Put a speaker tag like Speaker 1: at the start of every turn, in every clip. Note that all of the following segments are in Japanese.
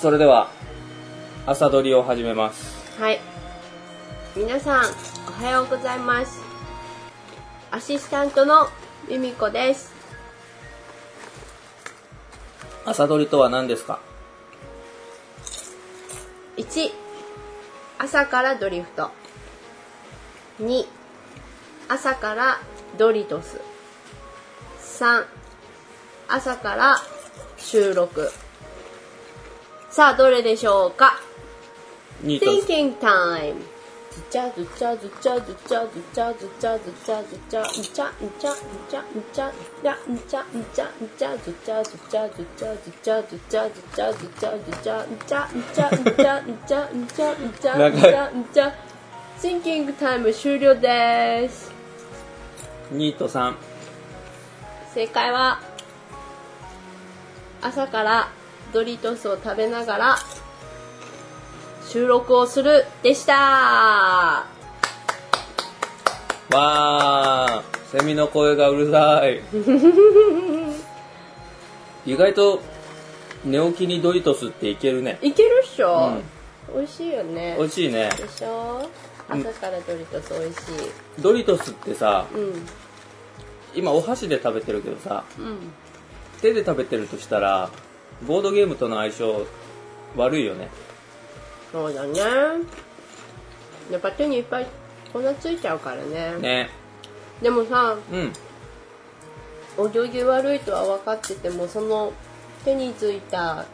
Speaker 1: それでは朝撮りを始めます
Speaker 2: はい。皆さん、おはようございます。アシスタントのミミコです。
Speaker 1: 朝撮りとは何ですか
Speaker 2: 1、朝からドリフト。2、朝からドリトス。3、朝から収録。さあ、どれでしょうか
Speaker 1: ニート
Speaker 2: Thinking time. ずちゃずちゃずちゃずちゃずちゃずちゃずちゃずちゃずちゃずちゃずちゃずちゃずちゃずちゃずちゃずちゃずちゃずちゃずちゃずちゃずちゃずちゃずちゃずちゃずちゃずちゃずちゃずちゃずちゃずちゃ Thinking time 終了です。
Speaker 1: ニートさん
Speaker 2: 正解は朝からドリトスを食べながら収録をするでした
Speaker 1: わーセミの声がうるさい意外と寝起きにドリトスっていけるね
Speaker 2: いけるっしょ、美味しいよね
Speaker 1: 美味しいね
Speaker 2: でしょ朝からドリトス美味しい
Speaker 1: ドリトスってさ
Speaker 2: うん
Speaker 1: 今お箸で食べてるけどさ
Speaker 2: うん
Speaker 1: 手で食べてるとしたらボードゲームとの相性悪いよね
Speaker 2: そうだねやっぱ手にいっぱい粉ついちゃうからね
Speaker 1: ね
Speaker 2: でもさ
Speaker 1: うん
Speaker 2: お行儀悪いとは分かっててもその手についた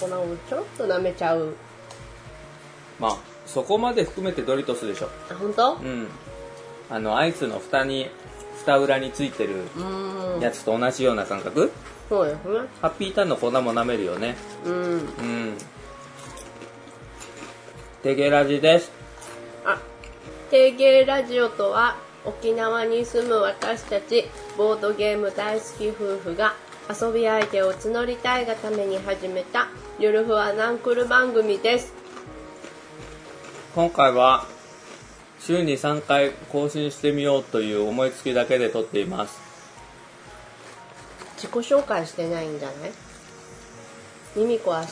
Speaker 2: 粉をちょろっと舐めちゃう
Speaker 1: まあそこまで含めてドリトスでしょ
Speaker 2: あ本当
Speaker 1: うんあのアイスの蓋に蓋裏についてる
Speaker 2: うーん
Speaker 1: やつと同じような感覚
Speaker 2: そうですね
Speaker 1: ハッピーターンの粉も舐めるよね
Speaker 2: うん
Speaker 1: うんテゲラジです
Speaker 2: あ、定芸ラジオとは沖縄に住む私たちボードゲーム大好き夫婦が遊び相手を募りたいがために始めたゆるふわナンクル番組です。
Speaker 1: 今回は週に3回更新してみようという思いつきだけで撮っています
Speaker 2: 自己紹介してないんじゃないミミコ明日。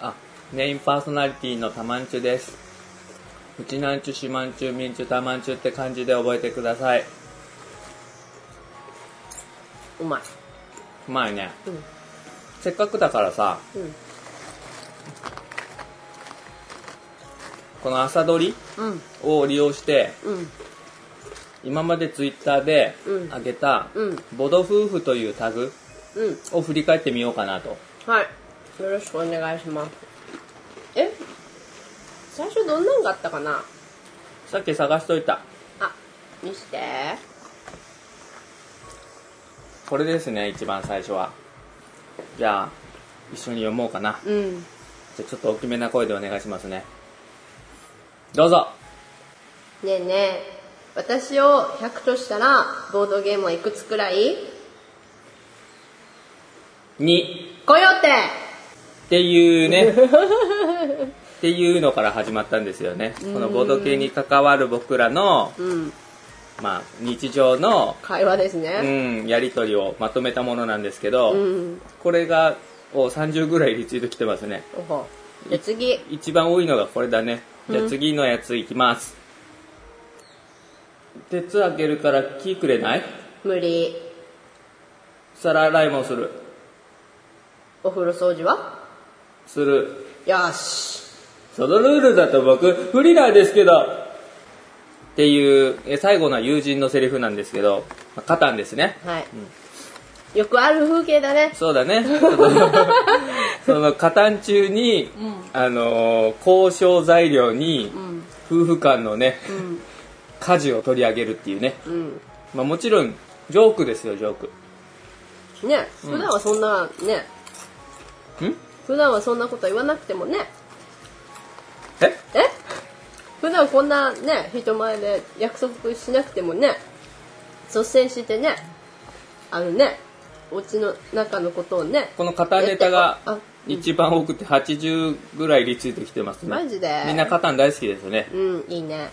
Speaker 1: あメインパーソナリティのたまんちゅですうちなんちゅしまんちゅみんちゅたまんちゅって感じで覚えてくださいう
Speaker 2: まい。
Speaker 1: うまいね
Speaker 2: うん。
Speaker 1: せっかくだからさ
Speaker 2: うん。
Speaker 1: この朝撮り
Speaker 2: うん。
Speaker 1: を利用して
Speaker 2: うん。
Speaker 1: 今までツイッターで
Speaker 2: うん
Speaker 1: 上げた、
Speaker 2: うん
Speaker 1: ボド夫婦というタグ
Speaker 2: うん。
Speaker 1: を振り返ってみようかなと
Speaker 2: はい。よろしくお願いします。え最初どんなんがあったかな
Speaker 1: さっき探しといた
Speaker 2: あ、見して。
Speaker 1: これですね一番最初はじゃあ一緒に読もうかな
Speaker 2: うん。
Speaker 1: じゃあちょっと大きめな声でお願いしますねどうぞ
Speaker 2: ねえねえ私を100としたらボードゲームはいくつくらい
Speaker 1: 2
Speaker 2: コヨテ
Speaker 1: っていう ねっていうのから始まったんですよねこのボド系に関わる僕らの、
Speaker 2: うん
Speaker 1: まあ、日常の、
Speaker 2: 会話です
Speaker 1: う
Speaker 2: ね
Speaker 1: ん、やり取りをまとめたものなんですけど、
Speaker 2: うん
Speaker 1: これがお30ぐらいリツイート来てますね
Speaker 2: おほじゃあ次
Speaker 1: 一番多いのがこれだねじゃあ次のやついきます、鉄開けるから木くれない
Speaker 2: 無理
Speaker 1: 皿洗いもする
Speaker 2: お風呂掃除は
Speaker 1: する
Speaker 2: よし
Speaker 1: そのルールだと僕不利なんですけどっていうえ最後のは友人のセリフなんですけどまあカタンですね
Speaker 2: はい、よくある風景だね
Speaker 1: そうだね そのカタン中に、あのー交渉材料に
Speaker 2: うん
Speaker 1: 夫婦間のね、
Speaker 2: うん
Speaker 1: 家事を取り上げるっていうね、
Speaker 2: うん
Speaker 1: まあ、もちろんジョークですよジョーク
Speaker 2: ね普段はそんなね
Speaker 1: ん
Speaker 2: 普段はそんなこと言わなくてもね
Speaker 1: え
Speaker 2: え普段こんなね人前で約束しなくてもね率先してねあのねお家の中のことをね
Speaker 1: このカタンネタが
Speaker 2: あ
Speaker 1: 一番多くて80ぐらいリツイート来てますね
Speaker 2: マジで
Speaker 1: みんなカタン大好きですよね
Speaker 2: うんいいね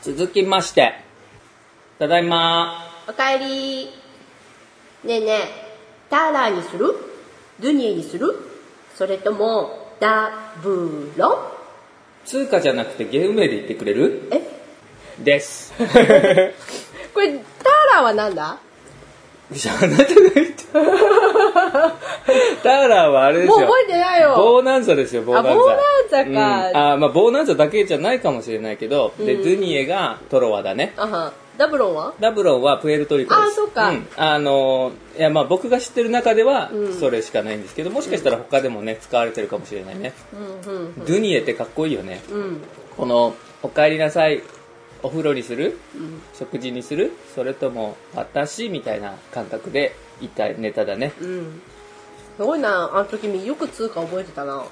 Speaker 1: 続きましてただいま
Speaker 2: おかえりねえねえターラーにするドゥニエにするそれともダブロ
Speaker 1: 通貨じゃなくてゲーム名で言ってくれる
Speaker 2: え
Speaker 1: です。
Speaker 2: これタラはなんだ
Speaker 1: じゃあ、あなたが言った。ターラーはあれですよ。
Speaker 2: もう覚えてないよ
Speaker 1: ボーナンザですよ、ボーナンザ。
Speaker 2: あボーナンザか
Speaker 1: うんあ、まあ、ボーナンザだけじゃないかもしれないけど、で、ドゥニエがトロワだね。
Speaker 2: あはダブロンは
Speaker 1: ダブロンはプエルトリコです。
Speaker 2: あそうか
Speaker 1: んあのーいや、まあ、僕が知ってる中では、それしかないんですけど、もしかしたら他でもね、使われてるかもしれないね。
Speaker 2: うんうん
Speaker 1: ドゥニエってかっこいいよね。
Speaker 2: うん
Speaker 1: この、お帰りなさい、お風呂にする、食事にする、それとも、私みたいな感覚で言ったネタだね。
Speaker 2: うんすごいなあの時よく通貨覚えてたな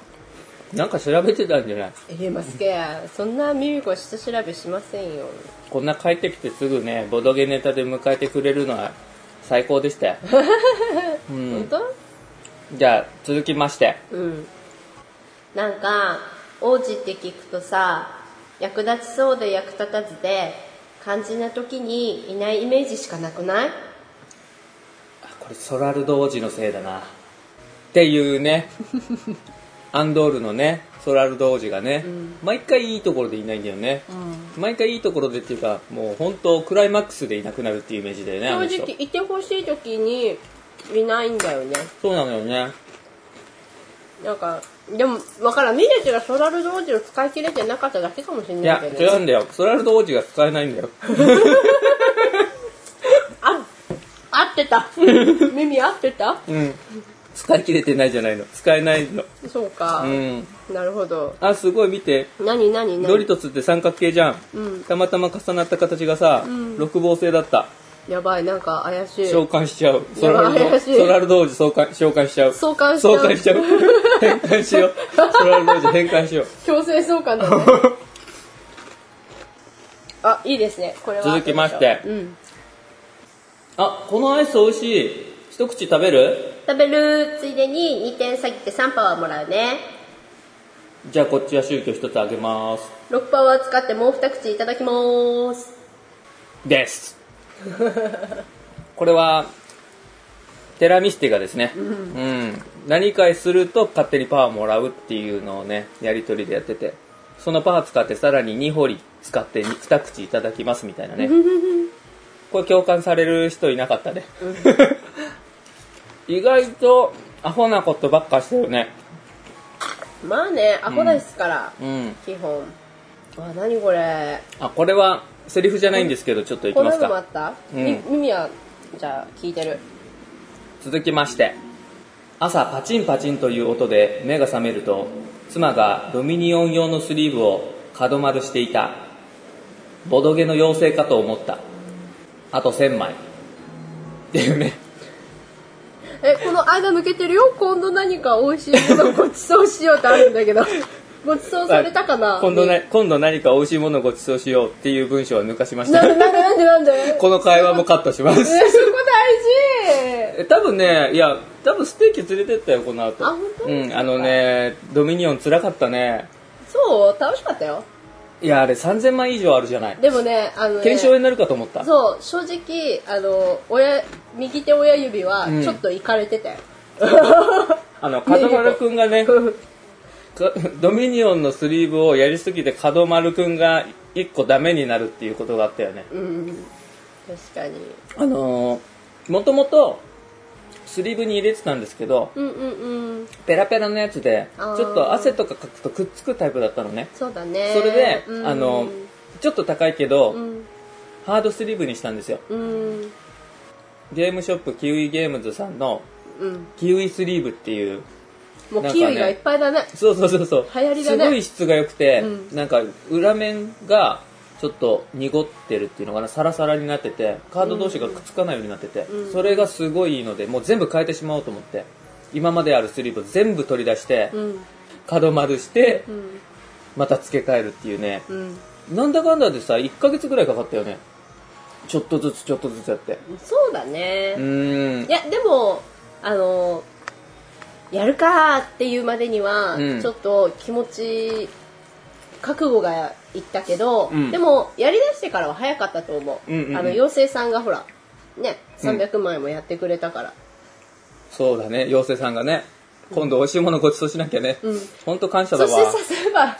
Speaker 1: なんか調べてたんじゃない
Speaker 2: ええマスケそんなミミコ下調べしませんよ
Speaker 1: こんな帰ってきてすぐね、ボドゲネタで迎えてくれるのは最高で したよ。う
Speaker 2: 本
Speaker 1: ん。
Speaker 2: 当
Speaker 1: じゃあ、続きまして。
Speaker 2: うんなんか王子って聞くとさ役立ちそうで役立たずで肝心な時にいないイメージしかなくない
Speaker 1: あこれ、ソラルド王子のせいだな。っていうね、アンドールのね、ソラルド王子がね、毎回いいところでいないんだよね。毎回いいところでっていうか、もう本当クライマックスでいなくなるっていうイメージだよね、あ
Speaker 2: 正
Speaker 1: の人
Speaker 2: 直いてほしい時にいないんだよね
Speaker 1: そうなのよね。
Speaker 2: なんかでもわからんミレッジがソラルド王子を使い切れてなかっただけかもしれ
Speaker 1: い
Speaker 2: ない
Speaker 1: や、
Speaker 2: けど
Speaker 1: 違うんだよ。ソラルド王子が使えないんだよ。
Speaker 2: あ合っ てた耳合ってた
Speaker 1: うん。使い切れてないじゃないの。使えないの。
Speaker 2: そうか、
Speaker 1: うん。
Speaker 2: なるほど
Speaker 1: あ、すごい見て。
Speaker 2: 何何
Speaker 1: ドリ
Speaker 2: 何
Speaker 1: トツって三角形じゃん。
Speaker 2: うん
Speaker 1: たまたま重なった形がさ、六芒星だった。
Speaker 2: やばいなんか怪しい
Speaker 1: 召喚しちゃう。ソ
Speaker 2: や
Speaker 1: ラ
Speaker 2: ば
Speaker 1: ル
Speaker 2: い
Speaker 1: ド、
Speaker 2: 怪しい
Speaker 1: ソラルド王子召喚、召喚しちゃう。
Speaker 2: 相関しち
Speaker 1: 召
Speaker 2: ゃう
Speaker 1: 喚し ちゃう。変換しよう。ソラルド王子変換しよう。
Speaker 2: 強制相 関だねあいいですねこれは
Speaker 1: 続きまして
Speaker 2: うん、
Speaker 1: あ、このアイス美味しい。一口食べる
Speaker 2: 食べるついでに2点下げて3パワーもらうね
Speaker 1: じゃあこっちは宗教一つあげます。
Speaker 2: 6パワー使ってもう2口いただきます
Speaker 1: です。これは、テラミスティがですね、うん、何かすると勝手にパワーもらうっていうのをね、やりとりでやってて、そのパワー使ってさらに2堀使って2口いただきますみたいな ね。これ共感される人いなかったね。意外とアホなことばっかしてるね。
Speaker 2: まあねアホですから、
Speaker 1: うん。
Speaker 2: 基本あ何これ
Speaker 1: あ、これはセリフじゃないんですけど、ちょっといき
Speaker 2: こん
Speaker 1: ま
Speaker 2: な
Speaker 1: す
Speaker 2: のもあ
Speaker 1: か。
Speaker 2: った、
Speaker 1: うん
Speaker 2: み耳はじゃあ聞いてる
Speaker 1: 続きまして朝パチンパチンという音で目が覚めると妻がドミニオン用のスリーブを角丸していたボドゲの妖精かと思ったあと1000枚っていうね
Speaker 2: えこの間抜けてるよ今度何か美味しいものごちそうしようってあるんだけ どごちそうされたかな
Speaker 1: 今度な今度何か美味しいものをご馳走しようっていう文章を抜かしまし
Speaker 2: な
Speaker 1: た
Speaker 2: んでなんでなんでなんで
Speaker 1: この会話もカットしま
Speaker 2: え
Speaker 1: す
Speaker 2: そこ大事
Speaker 1: え多分ねいや多分ステーキ連れてったよこの後
Speaker 2: あ本当
Speaker 1: うんあのねドミニオン辛かったね
Speaker 2: そう楽しかったよ
Speaker 1: いやあれ3000枚以上あるじゃない
Speaker 2: でもねあのね
Speaker 1: 検証になるかと思った
Speaker 2: そう正直あの親右手親指は
Speaker 1: うん
Speaker 2: ちょっといかれてた よ、
Speaker 1: あの、角丸くんがね、か ドミニオンのスリーブをやりすぎて角丸くんが一個ダメになるっていうことがあったよね。
Speaker 2: うん確かに
Speaker 1: あのー、もともとスリーブに入れてたんですけど、
Speaker 2: うんうんうん
Speaker 1: ペラペラのやつで、ち
Speaker 2: あ
Speaker 1: ょ
Speaker 2: ー
Speaker 1: っと汗とかかくとくっつくタイプだったのね。
Speaker 2: そうだね
Speaker 1: それで、
Speaker 2: うん
Speaker 1: あの、ちょっと高いけど、
Speaker 2: うん
Speaker 1: ハードスリーブにしたんですよ。
Speaker 2: うん
Speaker 1: ゲームショップキウイゲームズさんの
Speaker 2: うん
Speaker 1: キウイスリーブっていう
Speaker 2: も
Speaker 1: なん
Speaker 2: う
Speaker 1: かね
Speaker 2: キウイがいっぱいだね
Speaker 1: そうそうそうそう。
Speaker 2: 流行りだね
Speaker 1: すごい質が良くて、
Speaker 2: う
Speaker 1: なんか裏面がちょっと濁ってるっていうのかな、サラサラになってて、カード同士がくっつかないようになってて、
Speaker 2: うん
Speaker 1: それがすごいいいので、もう全部変えてしまおうと思って、今まであるスリーブ全部取り出して、
Speaker 2: うん
Speaker 1: 角丸して
Speaker 2: う、ん
Speaker 1: また付け替えるっていうね、
Speaker 2: うん
Speaker 1: なんだかんだでさ、1ヶ月ぐらいかかったよね。ちょっとずつちょっとずつやって。
Speaker 2: そうだ
Speaker 1: う
Speaker 2: ね、
Speaker 1: ーん
Speaker 2: い。やでもあのやるかーっていうまでには、
Speaker 1: うん
Speaker 2: ちょっと気持ち覚悟がいったけど、
Speaker 1: うん
Speaker 2: でもやりだしてからは早かったと思う,、
Speaker 1: うんうんうん
Speaker 2: あの妖精さんがほらね300枚もやってくれたから、
Speaker 1: そうだね、妖精さんがね。今度美味しいものごちそうしなきゃね。
Speaker 2: うん
Speaker 1: 本当感謝だ
Speaker 2: そ
Speaker 1: わ。
Speaker 2: してさそういえば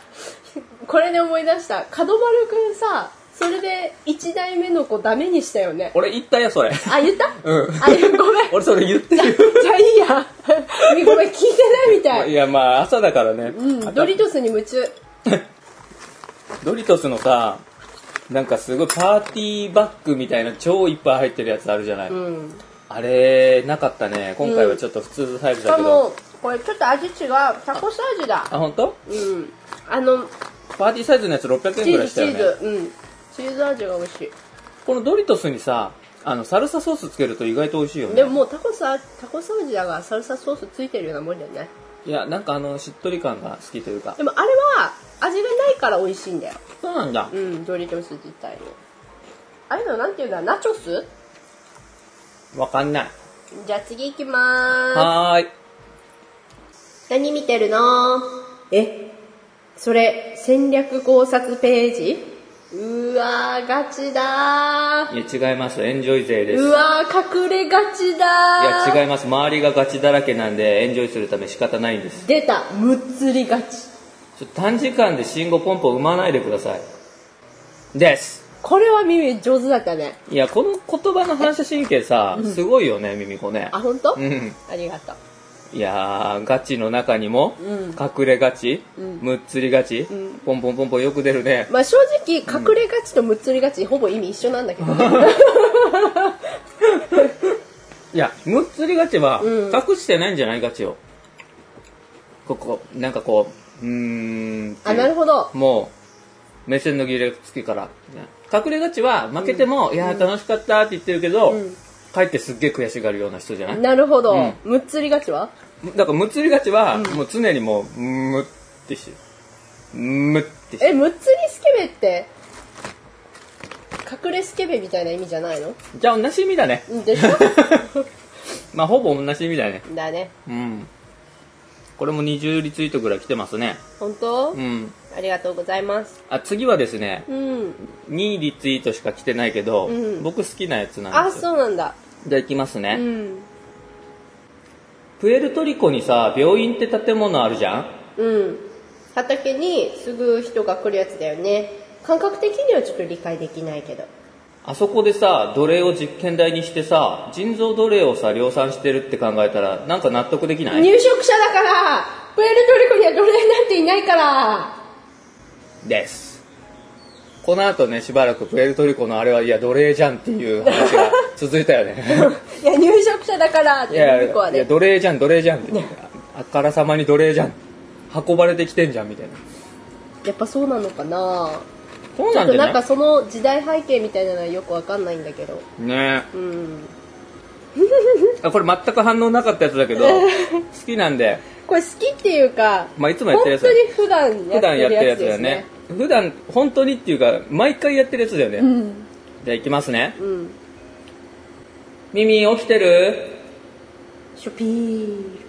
Speaker 2: これで思い出した角丸くんさそれで1代目の子ダメにしたよね
Speaker 1: 俺言ったよ、それ。
Speaker 2: あ言った
Speaker 1: うん。
Speaker 2: あれごめん
Speaker 1: 俺それ言ってる。
Speaker 2: じゃあいいやごめん聞いてないみた
Speaker 1: い
Speaker 2: い、
Speaker 1: や、まあ、朝だからね。
Speaker 2: うん、ドリトスに夢中
Speaker 1: ドリトスのさ、なんかすごいパーティーバッグみたいな超いっぱい入ってるやつあるじゃない。
Speaker 2: うん
Speaker 1: あれ、なかったね。今回はちょっと普通サイズ
Speaker 2: し
Speaker 1: だ
Speaker 2: か
Speaker 1: けど。
Speaker 2: もこれちょっと味違うタコス味だ
Speaker 1: あ、本当？
Speaker 2: うんあの
Speaker 1: パーティーサイズのやつ600円
Speaker 2: チ
Speaker 1: ぐら
Speaker 2: ー
Speaker 1: い
Speaker 2: ズ
Speaker 1: し
Speaker 2: チ
Speaker 1: たよね。
Speaker 2: ーズ、うんチーズ味が美味しい
Speaker 1: このドリトスにさ、あの、サルサソースつけると意外と美味しいよ
Speaker 2: で
Speaker 1: ね
Speaker 2: も。もうタコスはタコス味だがサルサソースついてるようなもんだよね
Speaker 1: いや、なんかあの、しっとり感が好きというか
Speaker 2: で。もあれは味がないから美味しいんだよ
Speaker 1: そうなんだ。
Speaker 2: うんドリトス自体のあれのなんていうんだナチョス
Speaker 1: わかんない。
Speaker 2: じゃあ次行きまー
Speaker 1: はーい。
Speaker 2: す何見てるのえそれ戦略考察ページうわーガチだー
Speaker 1: いや、違います。エンジョイ勢です。
Speaker 2: う
Speaker 1: い
Speaker 2: わー隠れがちだー
Speaker 1: や、違います。周りがガチだらけなんで、エンジョイするため仕方ないんです。
Speaker 2: 出たむっつりがち
Speaker 1: ちょっと短時間で信号ポンポン生まないでください。です。
Speaker 2: これは耳上手だったね
Speaker 1: いや、この言葉の反射神経さ、すごいよね、ミミコね。
Speaker 2: あ本当？
Speaker 1: うん。
Speaker 2: ありがとう
Speaker 1: いやー、ガチの中にも、
Speaker 2: うん
Speaker 1: 隠れガチ、
Speaker 2: うん
Speaker 1: むっつりガチ、
Speaker 2: ん
Speaker 1: ポンポンポンポンよく出るね。
Speaker 2: まあ正直隠れがちとむっつりがちほぼ意味一緒なんだけどね
Speaker 1: いや、むっつりガチは、
Speaker 2: うん
Speaker 1: 隠してないんじゃないガチを。ここ、なんかこう、うーんっていう。
Speaker 2: あなるほど
Speaker 1: もう、目線の切れつきから。隠れガチは、負けても、いやー、楽しかったって言ってるけど、
Speaker 2: うん
Speaker 1: 帰ってすっげえ悔しがるような人じゃない
Speaker 2: なるほど、
Speaker 1: うん
Speaker 2: むっつりがちは
Speaker 1: だから、むっつりガチは、もう常にもう、むってし、むってし、
Speaker 2: えむっつりスケベって隠れスケベみたいな意味じゃないの
Speaker 1: じゃあ同じ意味だね。
Speaker 2: うん でしょ
Speaker 1: まあ、ほぼ同じ意味だね。
Speaker 2: だね
Speaker 1: うん。これも20リツイートぐらい来てますね。
Speaker 2: 本当、
Speaker 1: うん。
Speaker 2: ありがとうございます
Speaker 1: あ、次はですね、
Speaker 2: うん
Speaker 1: 2リツイートしか来てないけど、
Speaker 2: うん
Speaker 1: 僕好きなやつなん
Speaker 2: あ
Speaker 1: ですよ。
Speaker 2: そうなんだ
Speaker 1: じゃあ行きますね。
Speaker 2: うん
Speaker 1: プエルトリコにさ、病院って建物あるじゃん
Speaker 2: うん畑にすぐ人が来るやつだよね感覚的にはちょっと理解できないけど
Speaker 1: あそこでさ、奴隷を実験台にしてさ、人造奴隷をさ、量産してるって考えたら、なんか納得できない
Speaker 2: 入植者だからプエルトリコには奴隷なんていないから
Speaker 1: です。この後ね、しばらくプエルトリコのあれは、いや、奴隷じゃんっていう話 が続いたよね。
Speaker 2: いや入植者だからっ
Speaker 1: い
Speaker 2: て
Speaker 1: や、
Speaker 2: リコはい
Speaker 1: や
Speaker 2: ね
Speaker 1: 奴隷じゃん、奴隷じゃんって。あからさまに奴隷じゃん。運ばれてきてんじゃん、みたいな。
Speaker 2: やっぱそうなのかな
Speaker 1: そう
Speaker 2: ちょ
Speaker 1: な
Speaker 2: っ
Speaker 1: ん
Speaker 2: と
Speaker 1: じ
Speaker 2: なん
Speaker 1: ゃない
Speaker 2: かその時代背景みたいなのはよくわかんないんだけど
Speaker 1: ね
Speaker 2: うん
Speaker 1: あこれ全く反応なかったやつだけ ど、好きなんで、
Speaker 2: これ好きっていうか、
Speaker 1: まあ、いつもやっ
Speaker 2: 本
Speaker 1: てるやつ
Speaker 2: 当に普段や
Speaker 1: 普段や
Speaker 2: っ
Speaker 1: ってる
Speaker 2: てる
Speaker 1: や
Speaker 2: や
Speaker 1: つ
Speaker 2: つ
Speaker 1: だ
Speaker 2: で
Speaker 1: よ
Speaker 2: すね
Speaker 1: ね。普段、本当にっていうか、毎回やってるやつだよね。
Speaker 2: うん
Speaker 1: じゃあ行きますね。
Speaker 2: うん
Speaker 1: ミミ、起きてる
Speaker 2: シュピール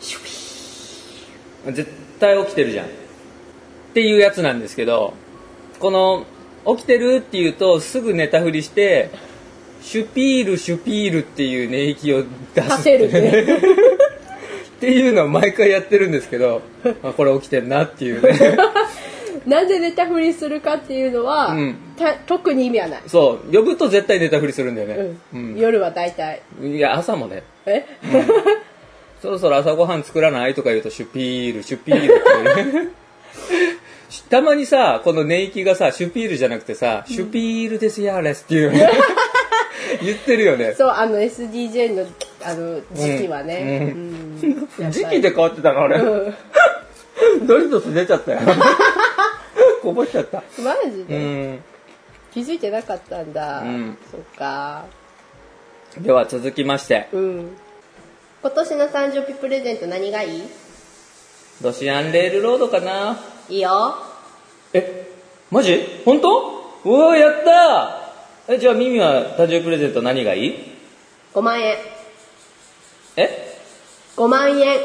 Speaker 2: シュピ
Speaker 1: 絶対起きてるじゃん。っていうやつなんですけど、この、起きてるっていうと、すぐ寝たふりして、シュピール、シュピールっていう寝息を出
Speaker 2: ールさ
Speaker 1: す。
Speaker 2: せるね
Speaker 1: っていうのを毎回やってるんですけど、あこれ起きてんなっていう ね。
Speaker 2: なぜネタフリするかっていうのは、
Speaker 1: うん
Speaker 2: た特に意味はない、
Speaker 1: そう、呼ぶと絶対寝たふりするんだよね。
Speaker 2: うん夜は大体
Speaker 1: うんいや、朝もね、
Speaker 2: え、
Speaker 1: そろそろ朝ごはん作らないとか言うと、シュピール、シュピールって言う ねたまにさ、この寝息がさ、シュピールじゃなくてさ、シュピールですやーレスっていうよね 言ってるよね。
Speaker 2: そうあの SDJ のあの時期はね、
Speaker 1: う
Speaker 2: うんやっぱり
Speaker 1: 時期で変わってたの、あれ。 ドリトス出ちゃったよ。こぼしちゃった。
Speaker 2: マジ
Speaker 1: う
Speaker 2: で、
Speaker 1: ん。
Speaker 2: 気づいてなかったんだ、
Speaker 1: うん
Speaker 2: そっか
Speaker 1: では続きまして、
Speaker 2: うん今年の誕生日プレゼント何がいい
Speaker 1: ロシアンレールロードかない
Speaker 2: いよ
Speaker 1: え、マジ本当うわやったーえ、じゃあミミは誕生日プレゼント何がいい
Speaker 2: 5万円
Speaker 1: え
Speaker 2: 5万円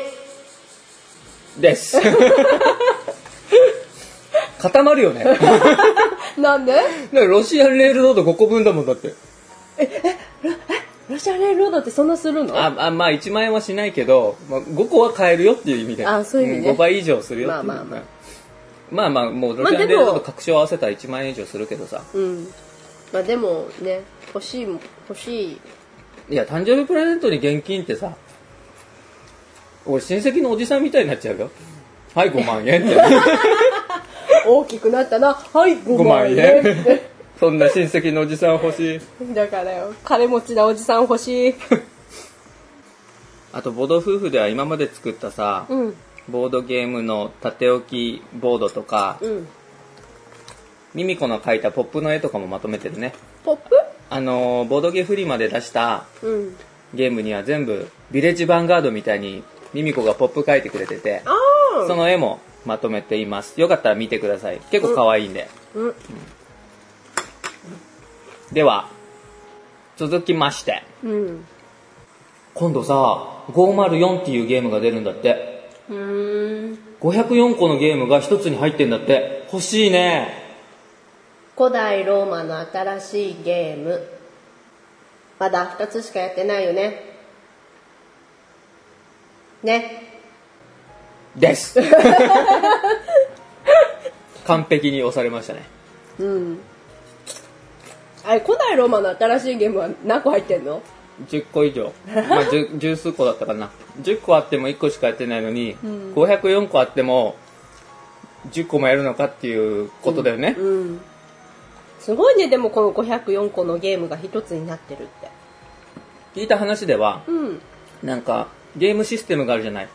Speaker 1: です。固まるよ ね。だか
Speaker 2: なんで
Speaker 1: らロシアンレールロード5個分だもんだって。
Speaker 2: ロチャレンロードってそんなするの
Speaker 1: ああまあ1万円はしないけど、まあ、5個は買えるよっていう意味で
Speaker 2: あそういう意味ね
Speaker 1: 5倍以上するよっていう
Speaker 2: まあまあまあ
Speaker 1: まあまあもう
Speaker 2: まあ
Speaker 1: ロシ
Speaker 2: でも
Speaker 1: アンレールと確証合わせたら1万円以上するけどさ
Speaker 2: うんまあでもね欲しいも欲しい
Speaker 1: いや誕生日プレゼントに現金ってさ俺親戚のおじさんみたいになっちゃうよはい5万円って
Speaker 2: 大きくなったなはい5
Speaker 1: 5万
Speaker 2: 万円
Speaker 1: 円そんな親戚のおじさん欲しい
Speaker 2: だからよ金持ちなおじさん欲しい
Speaker 1: あとボード夫婦では今まで作ったさ、
Speaker 2: うん
Speaker 1: ボードゲームの縦置きボードとか、
Speaker 2: うん
Speaker 1: ミミコの描いたポップの絵とかもまとめてるね
Speaker 2: ポッ
Speaker 1: あのーボードゲフリマで出した
Speaker 2: プうん
Speaker 1: ゲームには全部ビレッジヴァンガードみたいにミミコがポップ描いてくれてて
Speaker 2: ああ
Speaker 1: その絵もまとめていますよかったら見てください結構可愛いんで、
Speaker 2: うん
Speaker 1: では続きまして
Speaker 2: うん
Speaker 1: 今度さ504っていうゲームが出るんだって
Speaker 2: うーん
Speaker 1: 504個のゲームが一つに入ってんだって欲しいね
Speaker 2: 古代ローマの新しいゲームまだ2つしかやってないよねね
Speaker 1: です 完璧に押されましたね
Speaker 2: うんあれ古代ローマの新しいゲームは何個入ってんの
Speaker 1: 10個以上、まあ、10, 10数個だったかな10個あっても1個しかやってないのに、504個あっても10個もやるのかっていうことだよね、
Speaker 2: うんすごいねでもこの504個のゲームが1つになってるって
Speaker 1: 聞いた話では
Speaker 2: うん
Speaker 1: なんかゲームシステムがあるじゃない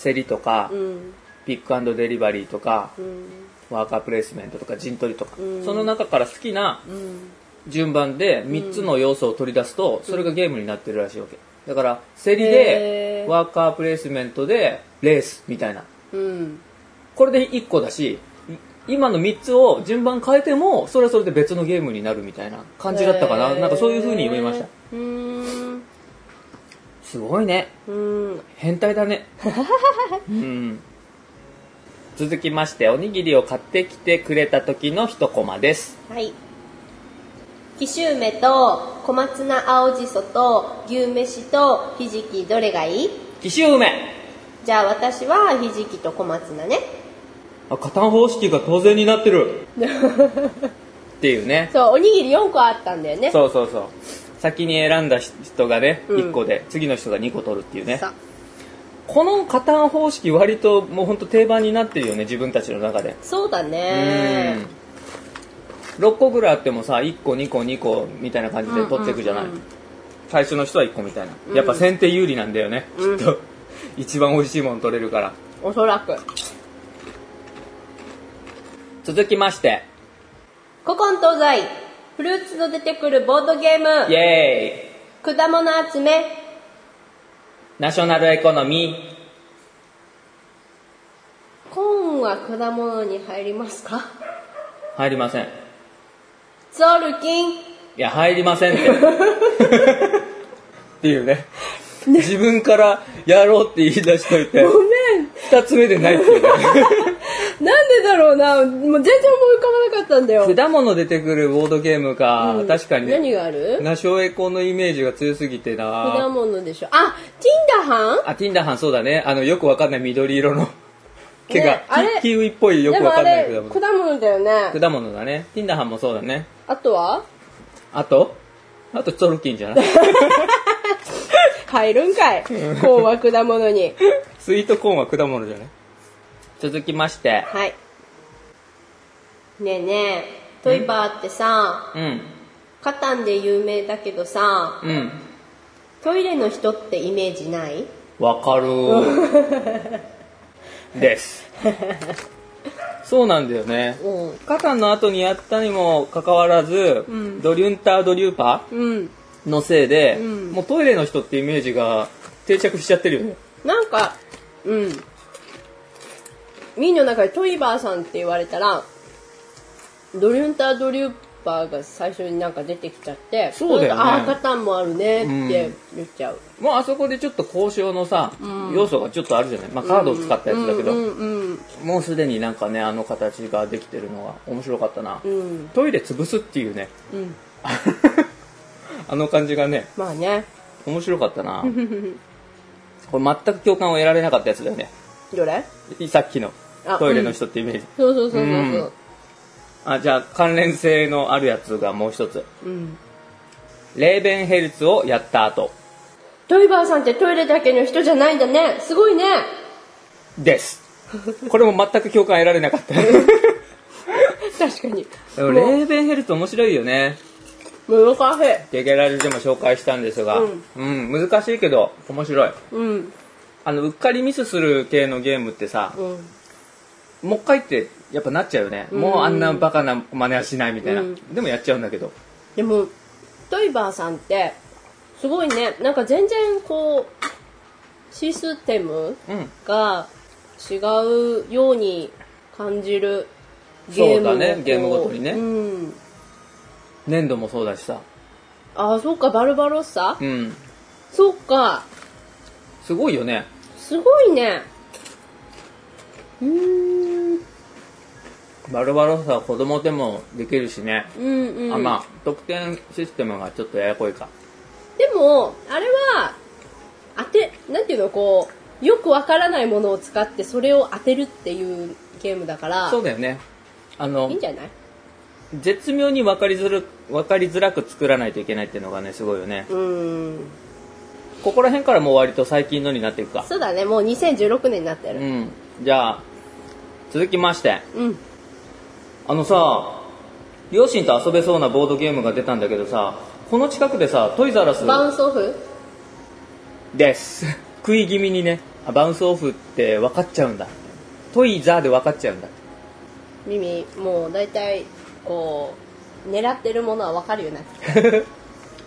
Speaker 1: 競りとか、
Speaker 2: うん
Speaker 1: ピックアンドデリバリーとか、
Speaker 2: うん
Speaker 1: ワーカープレイスメントとか陣取りとか、
Speaker 2: うん
Speaker 1: その中から好きな
Speaker 2: うん
Speaker 1: 順番で3つの要素を取り出すとそれがゲームになってるらしいわけだから競りで
Speaker 2: へー
Speaker 1: ワーカープレイスメントでレースみたいな
Speaker 2: うん
Speaker 1: これで1個だしい今の3つを順番変えてもそれはそれで別のゲームになるみたいな感じだったかな、
Speaker 2: へー
Speaker 1: なんかそういう風に読みました
Speaker 2: うーん
Speaker 1: すごいね
Speaker 2: うん
Speaker 1: 変態だ ねうん続きましておにぎりを買ってきてくれた時の一コマです
Speaker 2: はい。紀州梅と小松菜青じそと牛めしとひじきどれがいい
Speaker 1: 紀州梅
Speaker 2: じゃあ私はひじきと小松菜ね。
Speaker 1: あ加担方式が当然になってるっていうね
Speaker 2: そう、おにぎり4個あったんだよね。
Speaker 1: そうそうそう先に選んだ人がね
Speaker 2: うん
Speaker 1: 1個で、次の人が2個取るっていうね
Speaker 2: さ
Speaker 1: この加担方式割ともうほんと定番になってるよね自分たちの中で
Speaker 2: そうだ
Speaker 1: う
Speaker 2: ね
Speaker 1: ん。6個ぐらいあってもさ1個2個2個みたいな感じで取っていくじゃない、
Speaker 2: うんうんうん
Speaker 1: 最初の人は1個みたいな、やっぱ先手有利なんだよね、きっと 一番美味しいもの取れるから
Speaker 2: おそらく。
Speaker 1: 続きまして
Speaker 2: 古今東西、フルーツの出てくるボードゲ
Speaker 1: イ
Speaker 2: ーム、
Speaker 1: エーイ
Speaker 2: 果物集め、
Speaker 1: ナショナルエコノミー
Speaker 2: コーンは果物に入りますか
Speaker 1: 入りませんい
Speaker 2: ゾルキン、
Speaker 1: や入りませんってっていうね自分からやろうって言い出しといて
Speaker 2: ごめん
Speaker 1: 2つ目でないっていう ね
Speaker 2: なんでだろうなもう全然思い浮かばなかったんだよ。
Speaker 1: 果物出てくるボードゲームか、
Speaker 2: うん
Speaker 1: 確かにね
Speaker 2: 何がある
Speaker 1: ナショエコのイメージが強すぎて
Speaker 2: 果
Speaker 1: な
Speaker 2: 物でしょあティンダハン
Speaker 1: あ、ティンダーハンそうだね。あの、よくわかんない緑色の毛が、
Speaker 2: ねあれ
Speaker 1: キキウイっぽいよ
Speaker 2: で
Speaker 1: く
Speaker 2: も
Speaker 1: わ
Speaker 2: あ
Speaker 1: かんない
Speaker 2: れ
Speaker 1: 果
Speaker 2: 果
Speaker 1: 物。
Speaker 2: 物だよね
Speaker 1: 果物だね。ティンダーハンもそうだね。
Speaker 2: あとは
Speaker 1: あとあと、トルキンじ ゃない
Speaker 2: 入る んかいこうは果物に
Speaker 1: スイートコーンは果物じゃない続きまして。
Speaker 2: はいねえねえトイバーってさ
Speaker 1: うん。
Speaker 2: カタンで有名だけどさ
Speaker 1: うん。
Speaker 2: トイレの人ってイメージない
Speaker 1: わかるです。そうなんだよね。
Speaker 2: うん
Speaker 1: カタンの後にやったにもかかわらず、
Speaker 2: うん
Speaker 1: ドリュンタードリューパー
Speaker 2: うん
Speaker 1: のせいで、
Speaker 2: うん
Speaker 1: もうトイレの人ってイメージが定着しちゃってるよね、
Speaker 2: なんかうんミーの中でトイバーさんって言われたらドリュンタードリューパーが最初になんか出てきちゃって
Speaker 1: そうだよね
Speaker 2: ああカタンもあるねって言っちゃう、
Speaker 1: もうあそこでちょっと交渉のさ、要素がちょっとあるじゃない、まあ、カードを使ったやつだけど、
Speaker 2: うんうん
Speaker 1: もうすでになんかねあの形ができてるのが面白かったな、
Speaker 2: うん
Speaker 1: トイレ潰すっていうね
Speaker 2: うん
Speaker 1: ああの感じがね
Speaker 2: まあね
Speaker 1: 面白かった なこれ全く共感を得られなかったやつだよね
Speaker 2: どれ
Speaker 1: さっきの
Speaker 2: あ
Speaker 1: トイレの人ってイメージ、
Speaker 2: そうそうそうそうそう
Speaker 1: あじゃあ関連性のあるやつがもう一つ
Speaker 2: うん
Speaker 1: レーベンヘルツをやった後
Speaker 2: トイバーさんってトイレだけの人じゃないんだねすごいね
Speaker 1: ですこれも全く共感得られなかったで
Speaker 2: 確かに
Speaker 1: もレーベンヘルツ面白いよね
Speaker 2: 難しい
Speaker 1: ゲゲラルでも紹介したんですが、
Speaker 2: うん
Speaker 1: うん難しいけど面白い
Speaker 2: うん
Speaker 1: あのうっかりミスする系のゲームってさ
Speaker 2: うん
Speaker 1: もう一回ってやっぱなっちゃうよね、もうあんなバカな真似はしないみたいな、
Speaker 2: うん
Speaker 1: でもやっちゃうんだけど
Speaker 2: でもトイバーさんってすごいねなんか全然こうシステム
Speaker 1: うん
Speaker 2: が違うように感じるゲーム
Speaker 1: そうだ
Speaker 2: の
Speaker 1: ね
Speaker 2: こう
Speaker 1: ゲームごとにね
Speaker 2: うん
Speaker 1: 粘土もそうだしさ
Speaker 2: ああそうかバルバロッサ、
Speaker 1: うん
Speaker 2: そうか
Speaker 1: すごいよね
Speaker 2: すごいねうーん
Speaker 1: バルバロッサは子供でもできるしね、
Speaker 2: うんうん
Speaker 1: あまあ得点システムがちょっとややこいか
Speaker 2: でもあれは当てなんていうのこうよくわからないものを使ってそれを当てるっていうゲームだから
Speaker 1: そうだよねあの
Speaker 2: いいんじゃない
Speaker 1: 絶妙に分かりづら分かりづらく作らないといけないっていうのがねすごいよね
Speaker 2: うーん
Speaker 1: ここら辺からもう割と最近のになっていくか
Speaker 2: そうだねもう2016年になって
Speaker 1: う
Speaker 2: る
Speaker 1: んじゃあ続きまして
Speaker 2: うん
Speaker 1: あのさ両親と遊べそうなボードゲームが出たんだけどさこの近くでさトイザらス
Speaker 2: バウンスオフ
Speaker 1: です 食い気味にねあバウンスオフって分かっちゃうんだトイザーで分かっちゃうんだ
Speaker 2: ミミもう大体こう狙ってるものはわかるよね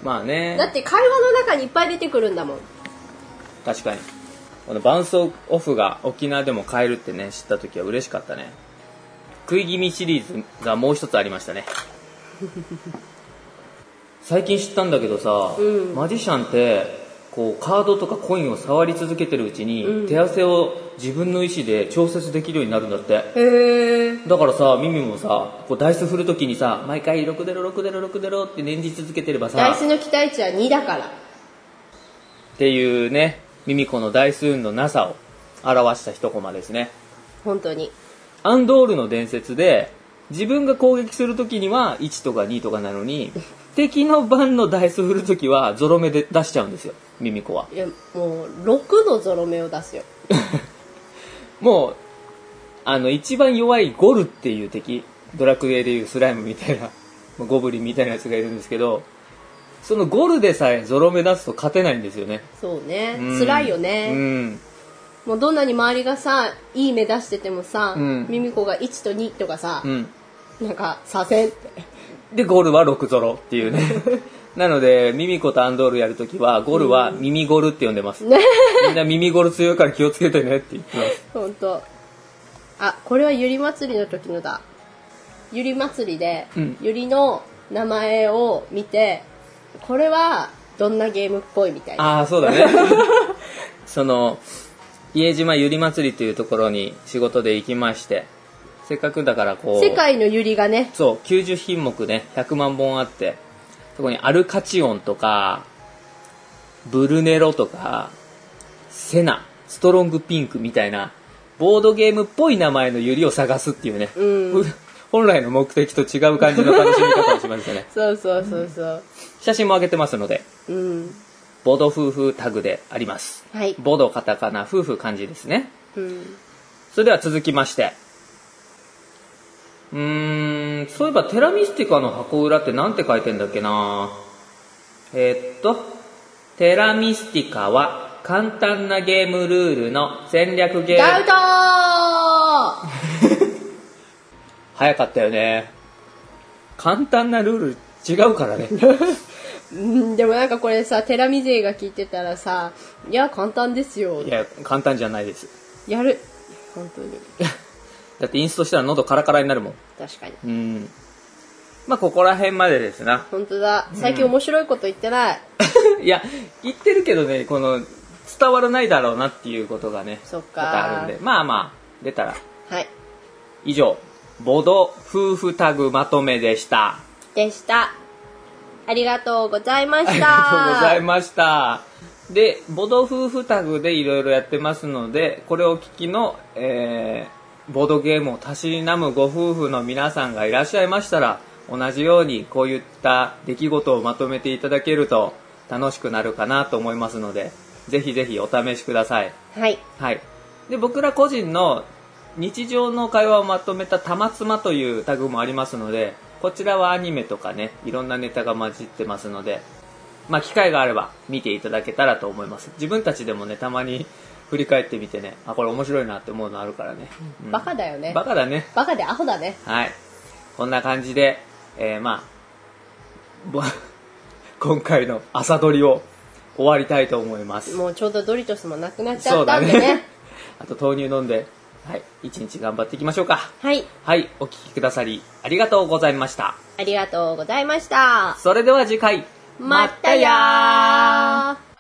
Speaker 1: まあね
Speaker 2: だって会話の中にいっぱい出てくるんだもん
Speaker 1: 確かにこのバウンスオフが沖縄でも買えるってね知った時は嬉しかったね食い気味シリーズがもう一つありました ね最近知ったんだけどさ、
Speaker 2: うん
Speaker 1: マジシャンってこうカードとかコインを触り続けてるうちに、手汗を自分の意思で調節できるようになるんだって
Speaker 2: へえ
Speaker 1: だからさミミもさこうダイス振るときにさ毎回6ゼロ6ゼロ6ゼロって念じ続けてればさ
Speaker 2: ダイスの期待値は2だから
Speaker 1: っていうね、ミミコの大数運のなさを表した一コマですね。
Speaker 2: 本当に
Speaker 1: アンドールの伝説で、自分が攻撃するときには1とか2とかなのに、敵の番のダイス振るときはゾロ目で出しちゃうんですよ、ミミコは。
Speaker 2: いやもう6のゾロ目を出すよ
Speaker 1: もう、あの、一番弱いゴルっていう敵、ドラクエでいうスライムみたいな、ゴブリンみたいなやつがいるんですけど、そのゴルでさえゾロ目出すと勝てないんですよね。
Speaker 2: そうね、
Speaker 1: うん
Speaker 2: 辛いよ
Speaker 1: う
Speaker 2: ね、
Speaker 1: ん。
Speaker 2: もうどんなに周りがさいい目出しててもさ、
Speaker 1: うん
Speaker 2: ミミコが1と2とかさ
Speaker 1: う、ん。
Speaker 2: なんか左遷って
Speaker 1: で、ゴールは6ゾロって いうね。なので、ミミコとアンドールやるときは、ゴールはミミゴルって呼んでます。
Speaker 2: ね
Speaker 1: みんなミミゴル強いから気をつけてねって言ってます。
Speaker 2: 本当あこれはゆり祭りの時のだゆり祭りで、
Speaker 1: うん
Speaker 2: ゆりの名前を見てこれはどんなゲームっぽいみたいな
Speaker 1: ああ、そうだ ね。その、家島ゆり祭りというところに仕事で行きまして、せっかくだからこう、
Speaker 2: 世界のゆりがね
Speaker 1: そう、90品目ね、100万本あって、そこにアルカチオンとか、ブルネロとか、セナ、ストロングピンクみたいな、ボードゲームっぽい名前のユリを探すっていうね、
Speaker 2: う。
Speaker 1: 本来の目的と違う感じの楽しみ方をしましたね
Speaker 2: そうそうそうそう
Speaker 1: 写真も上げてますので、
Speaker 2: うん
Speaker 1: ボード夫婦タグであります。
Speaker 2: はい、
Speaker 1: ボードカタカナ、夫婦漢字ですね。
Speaker 2: うん、
Speaker 1: それでは続きまして。うーん、そういえばテラミスティカの箱裏ってなんて書いてんだっけなえーっと、テラミスティカは簡単なゲームルールの戦略ゲ
Speaker 2: ダ
Speaker 1: ー
Speaker 2: ウ
Speaker 1: ム。
Speaker 2: トー
Speaker 1: 早かったよね。簡単なルール違うから ね。
Speaker 2: うんでもなんかこれさテラミ勢が聞いてたらさいや簡単ですよ
Speaker 1: いや、簡単じゃないです。
Speaker 2: やる本当に
Speaker 1: だってインストしたら喉カラカラになるもん。
Speaker 2: 確かに
Speaker 1: うん。まあ、ここら辺までですな。
Speaker 2: 本当だ最近面白いこと言ってない、
Speaker 1: いや言ってるけどねこの伝わらないだろうなっていうことがね
Speaker 2: そっか
Speaker 1: 多々あるんでまあまあ出たら
Speaker 2: はい
Speaker 1: 以上ボド夫婦タグまとめでした
Speaker 2: でしたありがとうございました。
Speaker 1: ありがとうございました。で、ボド夫婦タグでいろいろやってますので、これをお聞きの、えーボードゲームをたしなむご夫婦の皆さんがいらっしゃいましたら、同じようにこういった出来事をまとめていただけると楽しくなるかなと思いますので、ぜひぜひお試しください。
Speaker 2: はい。
Speaker 1: はい。で、僕ら個人の日常の会話をまとめたたまつまというタグもありますので、こちらはアニメとかね、いろんなネタが混じってますので、まあ、機会があれば見ていただけたらと思います。自分たちでもね、たまに 振り返ってみてね、あ、これ面白いなって思うのあるからね。うん
Speaker 2: バカだよね。
Speaker 1: バカだね。
Speaker 2: バカでアホだね。
Speaker 1: はい。こんな感じで、えー、まあ、ぼ 今回の朝撮りを終わりたいと思います。
Speaker 2: もうちょうどドリトスもなくなっち
Speaker 1: そ
Speaker 2: ゃ
Speaker 1: う
Speaker 2: った
Speaker 1: だ
Speaker 2: んで
Speaker 1: ね
Speaker 2: ね。
Speaker 1: あと豆乳飲んで、はい、一日頑張っていきましょうか。
Speaker 2: はい。
Speaker 1: はい、お聞きくださりありがとうございました。
Speaker 2: ありがとうございました。
Speaker 1: それでは次回、
Speaker 2: まったやー。